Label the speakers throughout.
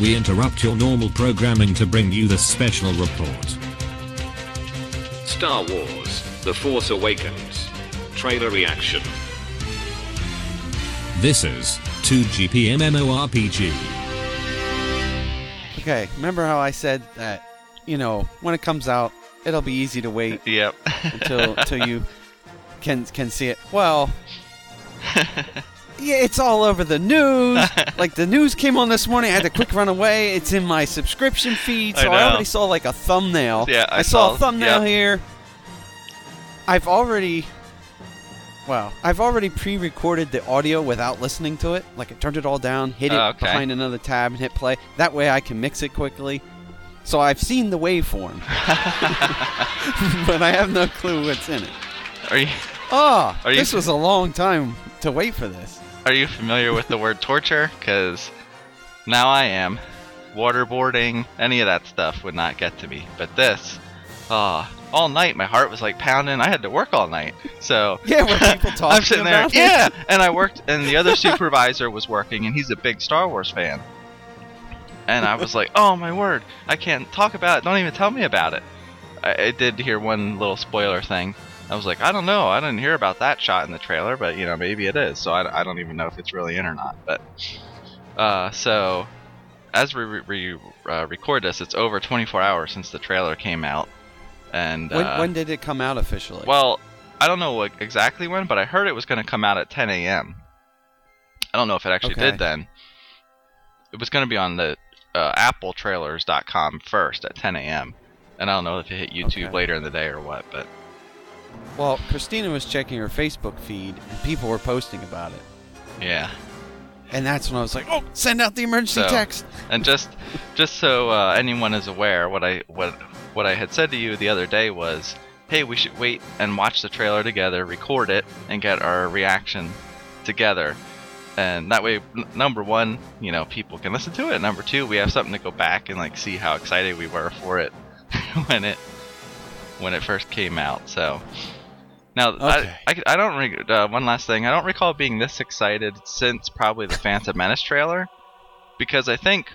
Speaker 1: We interrupt your normal programming to bring you this special report. Star Wars The Force Awakens. Trailer reaction. This is 2GPM MMORPG.
Speaker 2: Okay, remember how I said that, you know, when it comes out, it'll be easy to wait
Speaker 3: Yep.
Speaker 2: until until you can can see it. Well, yeah, it's all over the news. like the news came on this morning. I had to quick run away. It's in my subscription feed,
Speaker 3: I
Speaker 2: so I,
Speaker 3: know.
Speaker 2: already saw like a thumbnail.
Speaker 3: Yeah, I
Speaker 2: saw,
Speaker 3: saw-
Speaker 2: a thumbnail
Speaker 3: yeah.
Speaker 2: here. I've already. Wow, I've already pre-recorded the audio without listening to it. Like I turned it all down, hid it
Speaker 3: Oh, okay.
Speaker 2: behind another tab, and hit play. That way I can mix it quickly. So I've seen the waveform, but I have no clue what's in it.
Speaker 3: Are you
Speaker 2: Oh,
Speaker 3: Are you-
Speaker 2: this was a long time to wait for this.
Speaker 3: Are you familiar with the word torture? Because now I am. Waterboarding, any of that stuff would not get to me. But this, ah, all night my heart was like pounding. I had to work all night, so
Speaker 2: Yeah, were people talking
Speaker 3: I'm sitting there.
Speaker 2: about it?
Speaker 3: Yeah, and I worked, and the other supervisor was working, and he's a big Star Wars fan. And I was like, oh my word, I can't talk about it. Don't even tell me about it. I, I did hear one little spoiler thing. I was like, I don't know. I didn't hear about that shot in the trailer, but you know, maybe it is. So I, I don't even know if it's really in or not. But uh, so as we re- re- uh, record this, it's over 24 hours since the trailer came out. And
Speaker 2: When,
Speaker 3: uh,
Speaker 2: when did it come out officially?
Speaker 3: well, I don't know what, exactly when, but I heard it was going to come out at 10 a.m. I don't know if it actually
Speaker 2: Okay.
Speaker 3: did then. It was going to be on the uh, AppleTrailers.com first at 10 a.m. And I don't know if it hit YouTube
Speaker 2: Okay.
Speaker 3: later in the day or what, but
Speaker 2: well, Christina was checking her Facebook feed, and people were posting about it.
Speaker 3: yeah.
Speaker 2: And that's when I was like, "Oh, send out the emergency
Speaker 3: So-
Speaker 2: text."
Speaker 3: And just just so uh, anyone is aware, what I what what I had said to you the other day was, hey, we should wait and watch the trailer together, record it, and get our reaction together. And that way, n- number one, you know, people can listen to it. Number two, we have something to go back and like see how excited we were for it when it when it first came out. So now
Speaker 2: Okay.
Speaker 3: I, I, I don't re- uh, one last thing. I don't recall being this excited since probably the Phantom Menace trailer because I think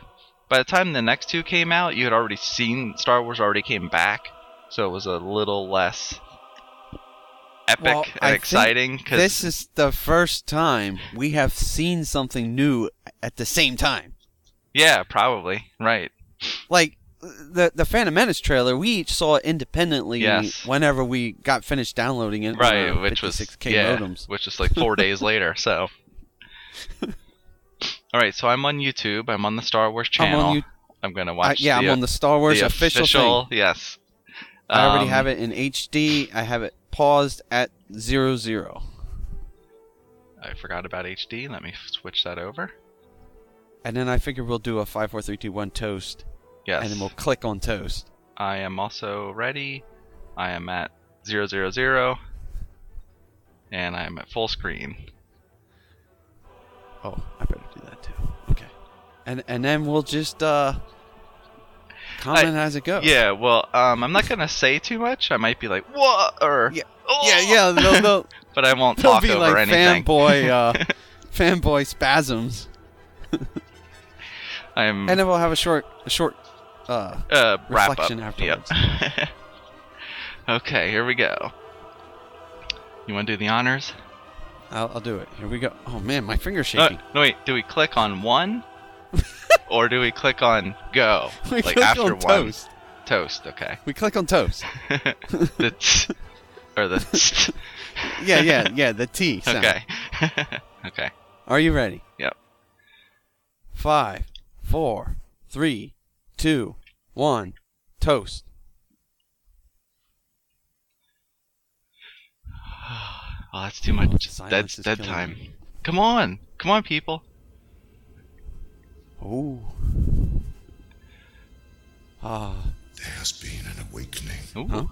Speaker 3: by the time the next two came out, you had already seen Star Wars already came back, so it was a little less epic
Speaker 2: Well,
Speaker 3: and
Speaker 2: I think
Speaker 3: exciting. Cause,
Speaker 2: This is the first time we have seen something new at the same time.
Speaker 3: yeah, probably right.
Speaker 2: Like the the Phantom Menace trailer, we each saw it independently
Speaker 3: Yes.
Speaker 2: whenever we got finished downloading it. on
Speaker 3: right,
Speaker 2: our
Speaker 3: which was
Speaker 2: 56K
Speaker 3: yeah,
Speaker 2: modems.
Speaker 3: which was like four days later. So, all right, so I'm on YouTube. I'm on the Star Wars
Speaker 2: I'm
Speaker 3: channel.
Speaker 2: on you.
Speaker 3: I'm gonna
Speaker 2: I-
Speaker 3: watch.
Speaker 2: Uh, yeah,
Speaker 3: the,
Speaker 2: I'm on the Star Wars
Speaker 3: the
Speaker 2: official, thing.
Speaker 3: official yes.
Speaker 2: I already
Speaker 3: Um,
Speaker 2: have it in HD. I have it paused at zero zero,
Speaker 3: I forgot about HD. Let me switch that over.
Speaker 2: and then I figure we'll do a five, four, three, two, one toast,
Speaker 3: Yes.
Speaker 2: and then we'll click on toast.
Speaker 3: I am also ready. I am at 000 and I'm at full screen.
Speaker 2: Oh, I better do that too. Okay, and and then we'll just uh comment as it goes.
Speaker 3: Yeah, well, um, I'm not gonna say too much. I might be like, "What?" or
Speaker 2: Yeah.
Speaker 3: "Oh!"
Speaker 2: yeah, yeah. They'll, they'll,
Speaker 3: but I won't
Speaker 2: they'll
Speaker 3: talk
Speaker 2: be
Speaker 3: over
Speaker 2: like
Speaker 3: anything.
Speaker 2: fanboy uh, fanboy spasms,
Speaker 3: I'm
Speaker 2: and then we'll have a short a short. Uh,
Speaker 3: uh, wrap
Speaker 2: reflection
Speaker 3: up.
Speaker 2: afterwards.
Speaker 3: Yep. okay, here we go. You want to do the honors?
Speaker 2: I'll, I'll do it. Here we go. Oh man, my finger's
Speaker 3: Uh,
Speaker 2: shaking.
Speaker 3: no, wait. Do we click on one, or do we click on go?
Speaker 2: we
Speaker 3: like
Speaker 2: click
Speaker 3: after
Speaker 2: on
Speaker 3: one.
Speaker 2: toast.
Speaker 3: Toast. Okay.
Speaker 2: We click on toast.
Speaker 3: the t- or the tst.
Speaker 2: Yeah, yeah, yeah. The T. Sound.
Speaker 3: okay okay
Speaker 2: Are you ready?
Speaker 3: Yep.
Speaker 2: Five, four, three, two, one. Toast.
Speaker 3: oh that's too
Speaker 2: Oh,
Speaker 3: much
Speaker 2: silence
Speaker 3: dead,
Speaker 2: is
Speaker 3: dead
Speaker 2: killing
Speaker 3: time come on come on people
Speaker 2: Oh. Ah.
Speaker 4: There has been an awakening.
Speaker 3: Ooh.
Speaker 2: Huh?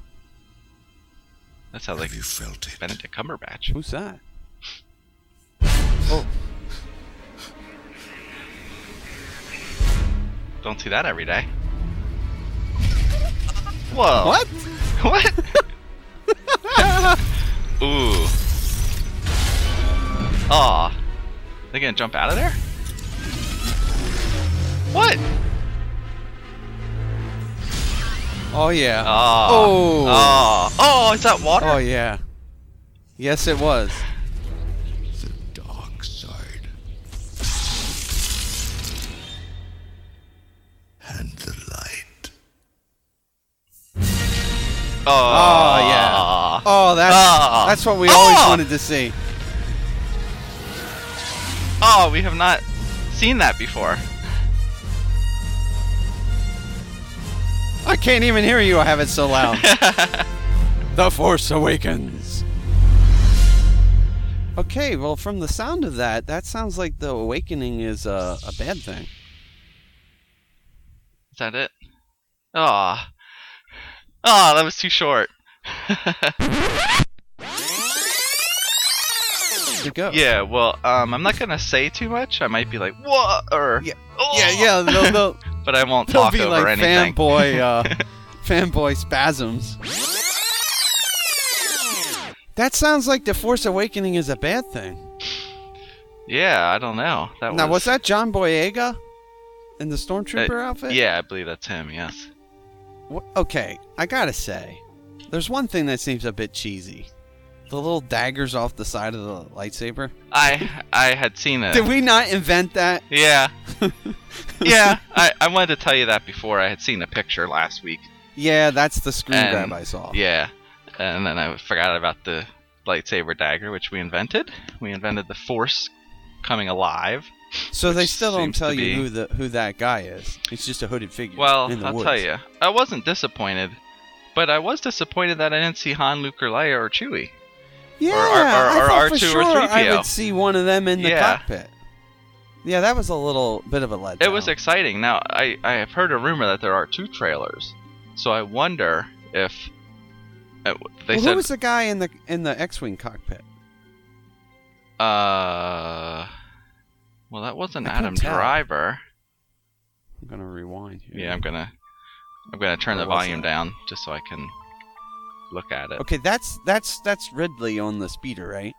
Speaker 3: that sounds like
Speaker 4: Have you felt it?
Speaker 3: benedict cumberbatch
Speaker 2: who's that?
Speaker 3: don't see that every day whoa
Speaker 2: What?
Speaker 3: what ooh aw they gonna jump out of there What?
Speaker 2: Oh yeah.
Speaker 3: Ah.
Speaker 2: Oh.
Speaker 3: Ah. Oh, is that water?
Speaker 2: Oh yeah. Yes, it was.
Speaker 4: The dark side. And the light.
Speaker 3: Oh,
Speaker 2: Oh yeah. Oh, that's
Speaker 3: Ah.
Speaker 2: that's what we always
Speaker 3: Ah.
Speaker 2: wanted to see.
Speaker 3: Oh, we have not seen that before.
Speaker 2: I can't even hear you. I have it so loud. the Force Awakens. Okay, well, from the sound of that, that sounds like the awakening is a, a bad thing.
Speaker 3: Is that it? Ah. Ah, that was too short.
Speaker 2: Good go.
Speaker 3: Yeah, well, um, I'm not gonna say too much. I might be like, what? Or
Speaker 2: Yeah.
Speaker 3: "Oh!"
Speaker 2: yeah, yeah. They'll, they'll,
Speaker 3: but I won't
Speaker 2: they'll
Speaker 3: talk
Speaker 2: be
Speaker 3: over
Speaker 2: like
Speaker 3: anything.
Speaker 2: fanboy, uh, fanboy spasms. That sounds like the Force Awakening is a bad thing.
Speaker 3: Yeah, I don't know. That
Speaker 2: now, was
Speaker 3: was
Speaker 2: that John Boyega in the
Speaker 3: uh,
Speaker 2: Stormtrooper outfit?
Speaker 3: Yeah, I believe that's him. Yes.
Speaker 2: Wh- Okay, I gotta say, there's one thing that seems a bit cheesy. The little daggers off the side of the lightsaber.
Speaker 3: I I had seen it.
Speaker 2: Did we not invent that?
Speaker 3: Yeah. yeah. I, I wanted to tell you that before. I had seen a picture last week.
Speaker 2: Yeah, that's the screen
Speaker 3: And-
Speaker 2: grab I saw.
Speaker 3: Yeah. And then I forgot about the lightsaber dagger, which we invented. We invented the Force coming alive.
Speaker 2: so they
Speaker 3: which
Speaker 2: still don't
Speaker 3: seems
Speaker 2: tell
Speaker 3: to
Speaker 2: you
Speaker 3: be-
Speaker 2: who the who that guy is. It's just a hooded figure.
Speaker 3: Well,
Speaker 2: in the
Speaker 3: I'll
Speaker 2: woods.
Speaker 3: tell you, I wasn't disappointed, but I was disappointed that I didn't see Han, Luke, or Leia, or Chewie.
Speaker 2: Yeah,
Speaker 3: Or R- or-
Speaker 2: I
Speaker 3: or
Speaker 2: thought for
Speaker 3: R2 or
Speaker 2: sure I
Speaker 3: 3PO.
Speaker 2: would see one of them in the
Speaker 3: Yeah.
Speaker 2: cockpit. Yeah, that was a little bit of a letdown.
Speaker 3: It was exciting. Now, I, I have heard a rumor that there are two trailers, so I wonder if uh, they
Speaker 2: well,
Speaker 3: said
Speaker 2: who was the guy in the in the X-wing cockpit?
Speaker 3: uh, well, that wasn't
Speaker 2: I couldn't
Speaker 3: Adam
Speaker 2: tell.
Speaker 3: Driver.
Speaker 2: I'm gonna rewind. Here.
Speaker 3: Yeah, I'm gonna I'm gonna turn
Speaker 2: Who
Speaker 3: the
Speaker 2: was
Speaker 3: volume
Speaker 2: that?
Speaker 3: down just so I can look at it.
Speaker 2: Okay, that's that's that's Ridley on the speeder, right?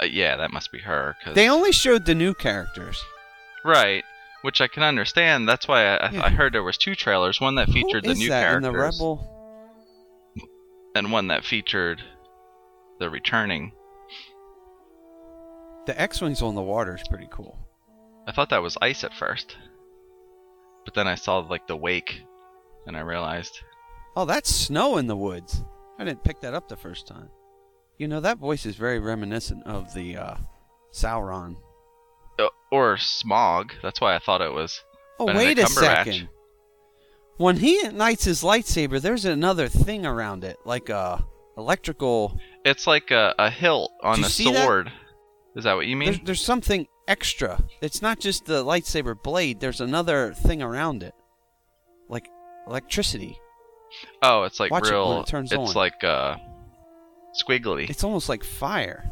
Speaker 3: Uh, yeah, that must be her. 'cause-
Speaker 2: They only showed the new characters.
Speaker 3: right, which I can understand. That's why I, I- I heard there was two trailers, one that featured
Speaker 2: Who
Speaker 3: the
Speaker 2: is
Speaker 3: new
Speaker 2: that
Speaker 3: characters
Speaker 2: in the Rebel?
Speaker 3: and one that featured the returning.
Speaker 2: The X-wings on the water is pretty cool.
Speaker 3: I thought that was Ice at first, but then I saw like the wake, and I realized
Speaker 2: Oh, that's snow in the woods. I didn't pick that up the first time. You know that voice is very reminiscent of the uh, Sauron.
Speaker 3: uh, or smog. That's why I thought it was.
Speaker 2: Oh, wait
Speaker 3: Benedict
Speaker 2: a
Speaker 3: Cumberbatch.
Speaker 2: second. When he ignites his lightsaber, there's another thing around it, like a electrical.
Speaker 3: It's like a, a hilt on
Speaker 2: you
Speaker 3: a
Speaker 2: see that?
Speaker 3: sword. Is that what you mean?
Speaker 2: There's, there's something extra. It's not just the lightsaber blade. There's another thing around it, like electricity.
Speaker 3: Oh, it's like
Speaker 2: Watch it when
Speaker 3: real.
Speaker 2: it turns
Speaker 3: it's
Speaker 2: on.
Speaker 3: like uh, squiggly.
Speaker 2: It's almost like fire.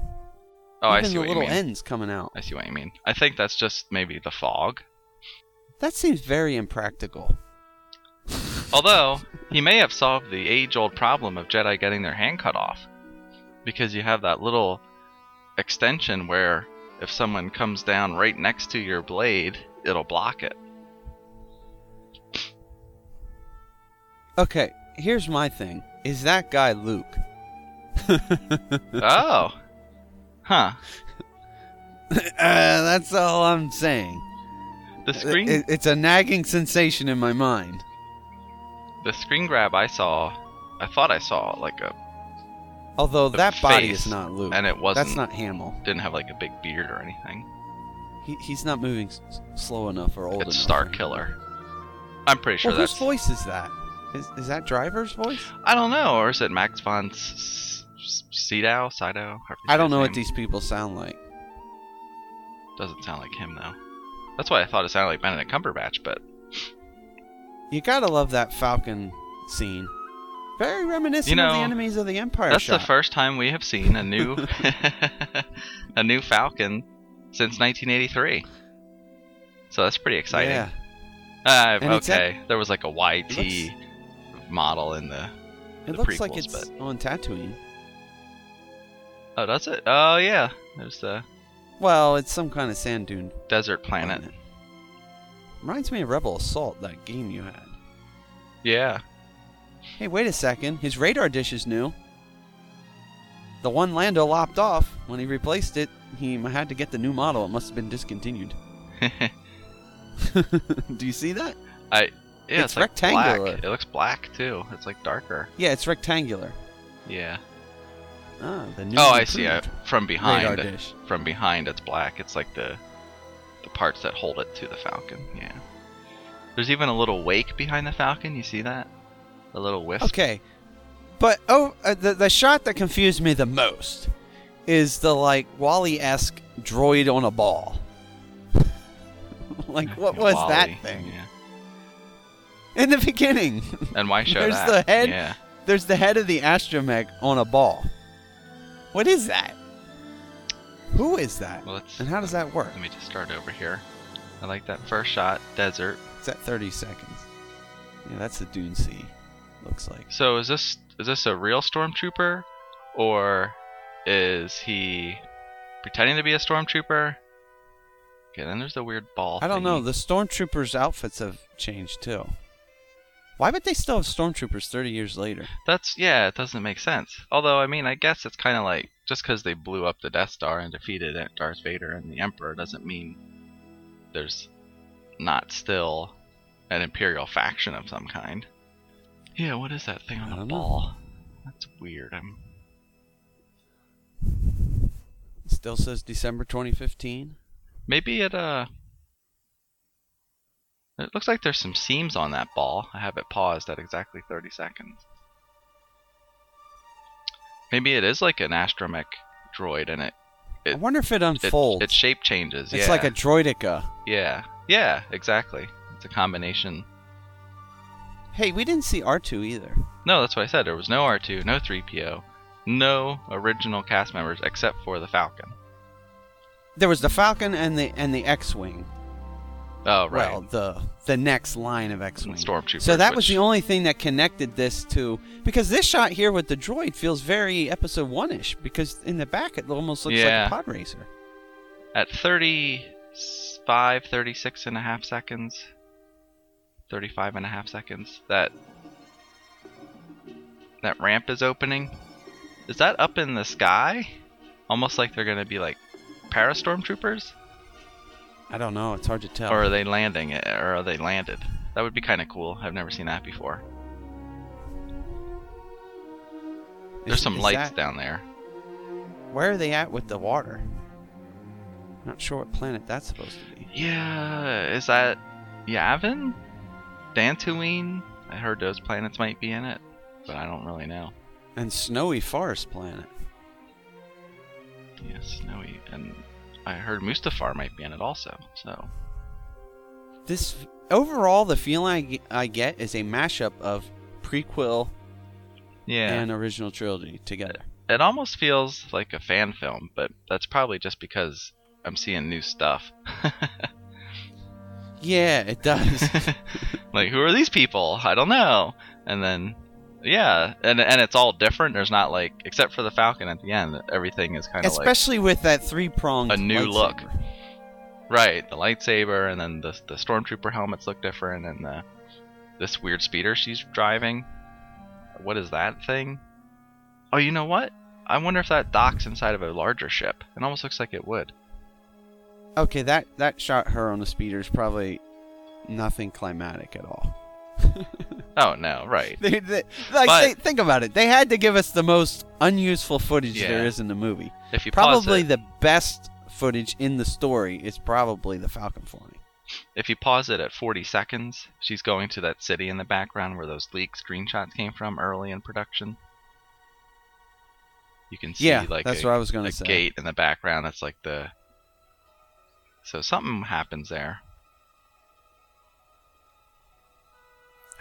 Speaker 3: oh, I
Speaker 2: Even
Speaker 3: see
Speaker 2: the
Speaker 3: what you
Speaker 2: little
Speaker 3: mean.
Speaker 2: ends coming out.
Speaker 3: I see what you mean. I think that's just maybe the fog.
Speaker 2: That seems very impractical.
Speaker 3: Although he may have solved the age-old problem of Jedi getting their hand cut off, because you have that little extension where if someone comes down right next to your blade, it'll block it.
Speaker 2: Okay, here's my thing. Is that guy Luke?
Speaker 3: oh, huh.
Speaker 2: uh, that's all I'm saying.
Speaker 3: The screen,
Speaker 2: It- it's a nagging sensation in my mind.
Speaker 3: the screen grab I saw, I thought I saw like a
Speaker 2: Although
Speaker 3: The
Speaker 2: that body
Speaker 3: face,
Speaker 2: is not Luke,
Speaker 3: and it wasn't-
Speaker 2: That's not Hamill.
Speaker 3: didn't have like a big beard or anything.
Speaker 2: He, he's not moving s- s- slow enough or old enough.
Speaker 3: it's Star Killer. I'm pretty sure
Speaker 2: well,
Speaker 3: that's.
Speaker 2: whose voice is that? Is, is that Driver's voice?
Speaker 3: I don't know, or is it Max von S- S- Sydow? Sido?
Speaker 2: I don't know what these people sound like.
Speaker 3: Doesn't sound like him though. That's why I thought it sounded like Benedict Cumberbatch, but
Speaker 2: You gotta love that Falcon scene. Very reminiscent
Speaker 3: You
Speaker 2: of the
Speaker 3: know,
Speaker 2: enemies of the Empire.
Speaker 3: that's
Speaker 2: shot.
Speaker 3: the first time we have seen a new a new Falcon since 1983. So that's pretty exciting.
Speaker 2: Yeah.
Speaker 3: Uh,
Speaker 2: And it's
Speaker 3: okay, there was like a YT
Speaker 2: It
Speaker 3: model in the.
Speaker 2: It
Speaker 3: the
Speaker 2: looks like
Speaker 3: prequels,
Speaker 2: it's on Tatooine.
Speaker 3: Oh, does it? Oh yeah, there's the
Speaker 2: Well, it's some kind of sand dune
Speaker 3: desert planet.
Speaker 2: planet. Reminds me of Rebel Assault, that game you had.
Speaker 3: Yeah.
Speaker 2: Hey, wait a second. His radar dish is new. The one Lando lopped off, when he replaced it, he m- had to get the new model. It must have been discontinued. Do you see that?
Speaker 3: I
Speaker 2: It's
Speaker 3: yeah, it's, like
Speaker 2: rectangular.
Speaker 3: Black. It looks black too. It's like darker.
Speaker 2: Yeah, it's rectangular.
Speaker 3: Yeah.
Speaker 2: Ah, the new
Speaker 3: oh, I see. I,
Speaker 2: improved
Speaker 3: from
Speaker 2: radar
Speaker 3: behind,
Speaker 2: dish.
Speaker 3: from behind, it's black. It's like the the parts that hold it to the Falcon. Yeah. There's even a little wake behind the Falcon. You see that? A little wisp.
Speaker 2: Okay, but oh, uh, the the shot that confused me the most is the like Wally-esque droid on a ball. like what was
Speaker 3: Wally,
Speaker 2: that thing
Speaker 3: Yeah.
Speaker 2: in the beginning?
Speaker 3: And why show
Speaker 2: There's
Speaker 3: that?
Speaker 2: the head.
Speaker 3: Yeah.
Speaker 2: There's the head of the astromech on a ball. What is that? Who is that?
Speaker 3: Well, let's-
Speaker 2: and how does that work?
Speaker 3: Let me just start over here. I like that first shot. Desert.
Speaker 2: It's at 30 seconds. Yeah, that's the Dune Sea. Looks like.
Speaker 3: So is this is this a real stormtrooper, or is he pretending to be a stormtrooper? Okay, then there's the weird ball.
Speaker 2: I don't know.
Speaker 3: thingy.
Speaker 2: The stormtroopers' outfits have changed too. Why would they still have stormtroopers 30 years later?
Speaker 3: That's yeah, it doesn't make sense. Although I mean, I guess it's kind of like just because they blew up the Death Star and defeated it, Darth Vader and the Emperor doesn't mean there's not still an Imperial faction of some kind. Yeah, what is that thing
Speaker 2: I
Speaker 3: on the
Speaker 2: don't know.
Speaker 3: ball? That's weird. I'm
Speaker 2: Still says December 2015.
Speaker 3: Maybe it uh It looks like there's some seams on that ball. I have it paused at exactly 30 seconds. Maybe it is like an astromech droid and it
Speaker 2: I
Speaker 3: It-
Speaker 2: wonder if it
Speaker 3: it,
Speaker 2: unfolds.
Speaker 3: its shape changes.
Speaker 2: It's
Speaker 3: yeah.
Speaker 2: like a droidica.
Speaker 3: Yeah. Yeah, exactly. It's a combination.
Speaker 2: Hey, we didn't see R2 either.
Speaker 3: No, that's what I said. There was no R2, no 3PO, no original cast members except for the Falcon.
Speaker 2: There was the Falcon and the and the X-wing.
Speaker 3: Oh, right.
Speaker 2: Well, the the next line of X-wing.
Speaker 3: Stormtroopers,
Speaker 2: So that was
Speaker 3: which-
Speaker 2: the only thing that connected this to because this shot here with the droid feels very episode one-ish because in the back it almost looks
Speaker 3: Yeah.
Speaker 2: like a pod racer.
Speaker 3: at 35 36 and a half seconds 35 and a half seconds that that ramp is opening is that up in the sky almost like they're gonna be like parastormtroopers
Speaker 2: I don't know. It's hard to tell.
Speaker 3: or are they landing it or are they landed that would be kind of cool i've never seen that before there's
Speaker 2: Is-
Speaker 3: some
Speaker 2: is
Speaker 3: lights
Speaker 2: that-
Speaker 3: down there
Speaker 2: Where are they at with the water? Not sure what planet that's supposed to be.
Speaker 3: yeah is that yavin dantooine i heard those planets might be in it but i don't really know
Speaker 2: And snowy forest planet.
Speaker 3: Yeah, snowy, and I heard Mustafar might be in it also. So
Speaker 2: This overall, the feeling I ge- I get is a mashup of prequel
Speaker 3: yeah,
Speaker 2: and original trilogy together.
Speaker 3: it almost feels like a fan film, but that's probably just because I'm seeing new stuff.
Speaker 2: Yeah, it does.
Speaker 3: like, who are these people? I don't know. And then, yeah, and and it's all different. There's not like, except for the Falcon at the end, everything is kind of like
Speaker 2: Especially with that three pronged.
Speaker 3: a new look. right. The lightsaber, and then the the stormtrooper helmets look different, and the this weird speeder she's driving. What is that thing? Oh, you know what? I wonder if that docks inside of a larger ship. It almost looks like it would.
Speaker 2: Okay, that that shot her on the speeder is probably nothing climatic at all.
Speaker 3: Oh no, right.
Speaker 2: They, they, like,
Speaker 3: But-
Speaker 2: they, think about it. They had to give us the most unuseful footage
Speaker 3: Yeah.
Speaker 2: there is in the movie.
Speaker 3: If you
Speaker 2: probably
Speaker 3: pause it,
Speaker 2: the best footage in the story is probably the Falcon flying.
Speaker 3: if you pause it at 40 seconds, she's going to that city in the background where those leaked screenshots came from early in production. You can see
Speaker 2: Yeah,
Speaker 3: like
Speaker 2: that's
Speaker 3: a,
Speaker 2: what I was gonna
Speaker 3: a
Speaker 2: say.
Speaker 3: gate in the background. That's like the so something happens there.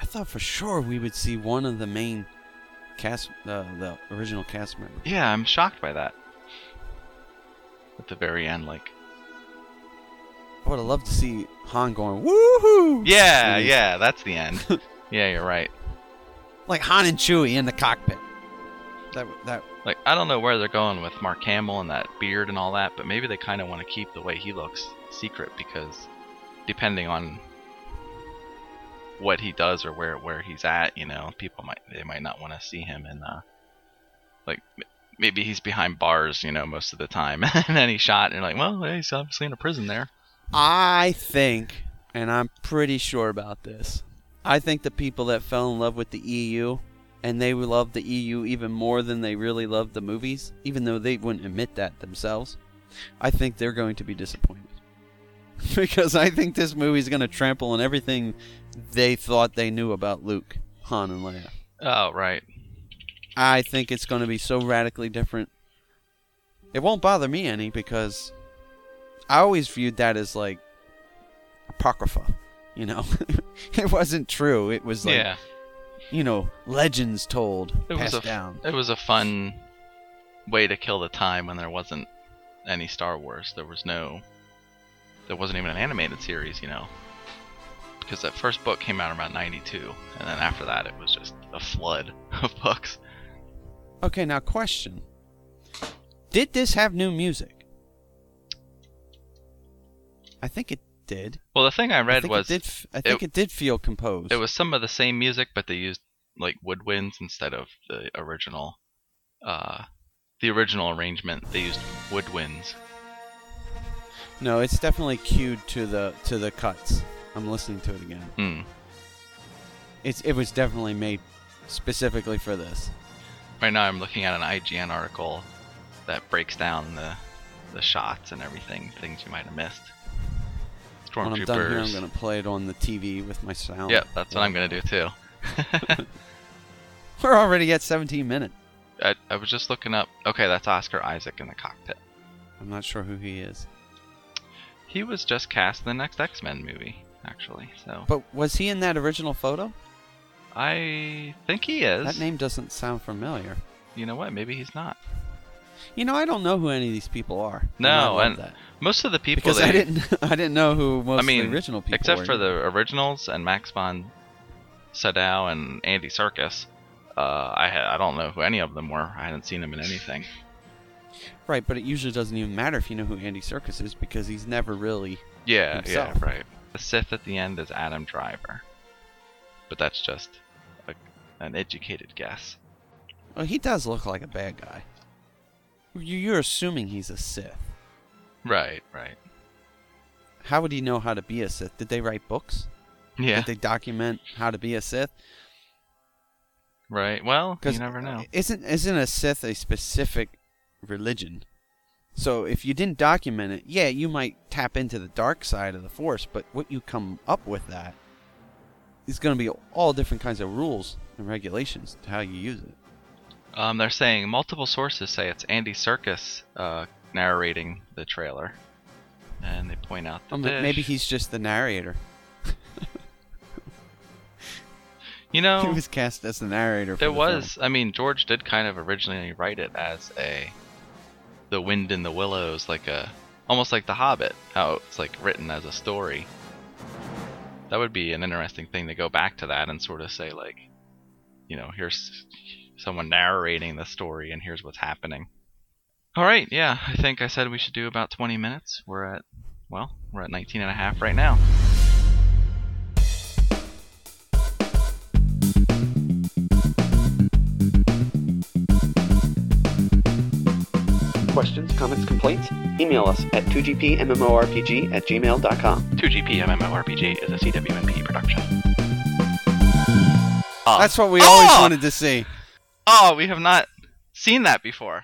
Speaker 2: I thought for sure we would see one of the main cast, uh, the original cast members.
Speaker 3: Yeah, I'm shocked by that. At the very end, like
Speaker 2: I would have loved to see Han going woohoo.
Speaker 3: yeah,
Speaker 2: And-
Speaker 3: yeah, that's the end. yeah, you're right.
Speaker 2: like Han and Chewie in the cockpit. That that
Speaker 3: Like I don't know where they're going with Mark Hamill and that beard and all that, but maybe they kind of want to keep the way he looks secret because depending on what he does or where where he's at. You know, people might they might not want to see him and uh, like m- maybe he's behind bars. You know, most of the time, and then he's shot and you're like, well, he's obviously in a prison there.
Speaker 2: I think, and I'm pretty sure about this, I think the people that fell in love with the EU and they loved the EU even more than they really loved the movies, even though they wouldn't admit that themselves, I think they're going to be disappointed. because I think this movie's going to trample on everything they thought they knew about Luke, Han, and Leia.
Speaker 3: Oh right.
Speaker 2: I think it's going to be so radically different. It won't bother me any because I always viewed that as like apocrypha, you know. it wasn't true. It was like
Speaker 3: yeah.
Speaker 2: you know legends told,
Speaker 3: It was
Speaker 2: passed
Speaker 3: a f-
Speaker 2: down.
Speaker 3: it was a fun way to kill the time when there wasn't any Star Wars. There was no. There wasn't even an animated series, you know. Because that first book came out around '92, and then after that, it was just a flood of books.
Speaker 2: Okay, now question: Did this have new music? I think it did.
Speaker 3: Well, the thing I
Speaker 2: I
Speaker 3: read
Speaker 2: think
Speaker 3: was
Speaker 2: it did. f- I think it, did feel composed.
Speaker 3: it was some of the same music, but they used like woodwinds instead of the original, uh, the original arrangement. They used woodwinds.
Speaker 2: no, it's definitely cued to the to the cuts. I'm listening to it again.
Speaker 3: Hmm.
Speaker 2: It's it was definitely made specifically for this.
Speaker 3: Right now, I'm looking at an IGN article that breaks down the the shots and everything, things you might have missed.
Speaker 2: When I'm done here, I'm
Speaker 3: Stormtroopers.
Speaker 2: gonna play it on the TV with my sound.
Speaker 3: Yep, that's what I'm gonna do too.
Speaker 2: We're already at 17 minutes.
Speaker 3: I, I was just looking up. Okay, that's Oscar Isaac in the cockpit.
Speaker 2: I'm not sure who he is,
Speaker 3: He was just cast in the next X-Men movie, actually. So
Speaker 2: but was he in that original photo?
Speaker 3: I think he is.
Speaker 2: That name doesn't sound familiar.
Speaker 3: You know what? Maybe he's not.
Speaker 2: You know, I don't know who any of these people are. and I
Speaker 3: No,
Speaker 2: love
Speaker 3: and
Speaker 2: that.
Speaker 3: most of the people
Speaker 2: because
Speaker 3: they,
Speaker 2: I didn't, I didn't know who most
Speaker 3: I mean,
Speaker 2: of the original people
Speaker 3: except
Speaker 2: were.
Speaker 3: for the originals and Max von Sydow and Andy Serkis. Uh, I ha- I don't know who any of them were. I hadn't seen them in anything.
Speaker 2: right, but it usually doesn't even matter if you know who Andy Serkis is because he's never really.
Speaker 3: Yeah,
Speaker 2: Himself.
Speaker 3: yeah, right. The Sith at the end is Adam Driver, but that's just a, an educated guess.
Speaker 2: Well, he does look like a bad guy. You- You're assuming he's a Sith.
Speaker 3: Right, right.
Speaker 2: How would he know how to be a Sith? Did they write books?
Speaker 3: Yeah,
Speaker 2: Did they document how to be a Sith?
Speaker 3: right. Well, you
Speaker 2: 'Cause
Speaker 3: never know.
Speaker 2: Isn't isn't a Sith a specific religion? So if you didn't document it, yeah, you might tap into the dark side of the Force, but what you come up with that is going to be all different kinds of rules and regulations to how you use it.
Speaker 3: Um, they're saying multiple sources say it's Andy Serkis uh, narrating the trailer, and they point out that
Speaker 2: Um, maybe
Speaker 3: dish-
Speaker 2: he's just the narrator.
Speaker 3: you
Speaker 2: He
Speaker 3: know
Speaker 2: was cast as the narrator. For
Speaker 3: There
Speaker 2: the
Speaker 3: was. I mean, George did kind of originally write it as a the wind in the willows, like a almost like The Hobbit, how it's like written as a story. That would be an interesting thing to go back to that and sort of say like, you know, here's someone narrating the story and here's what's happening. All right, yeah, I think I said we should do about 20 minutes. We're at well, we're at 19 and a half right now.
Speaker 2: Film. Questions, comments, complaints? Email us at 2gpmmorpg at gmail.com.
Speaker 3: 2GP MMORPG is a CWNP production.
Speaker 2: That's what we
Speaker 3: Oh! Ah!
Speaker 2: always wanted to see.
Speaker 3: Oh, we have not seen that before.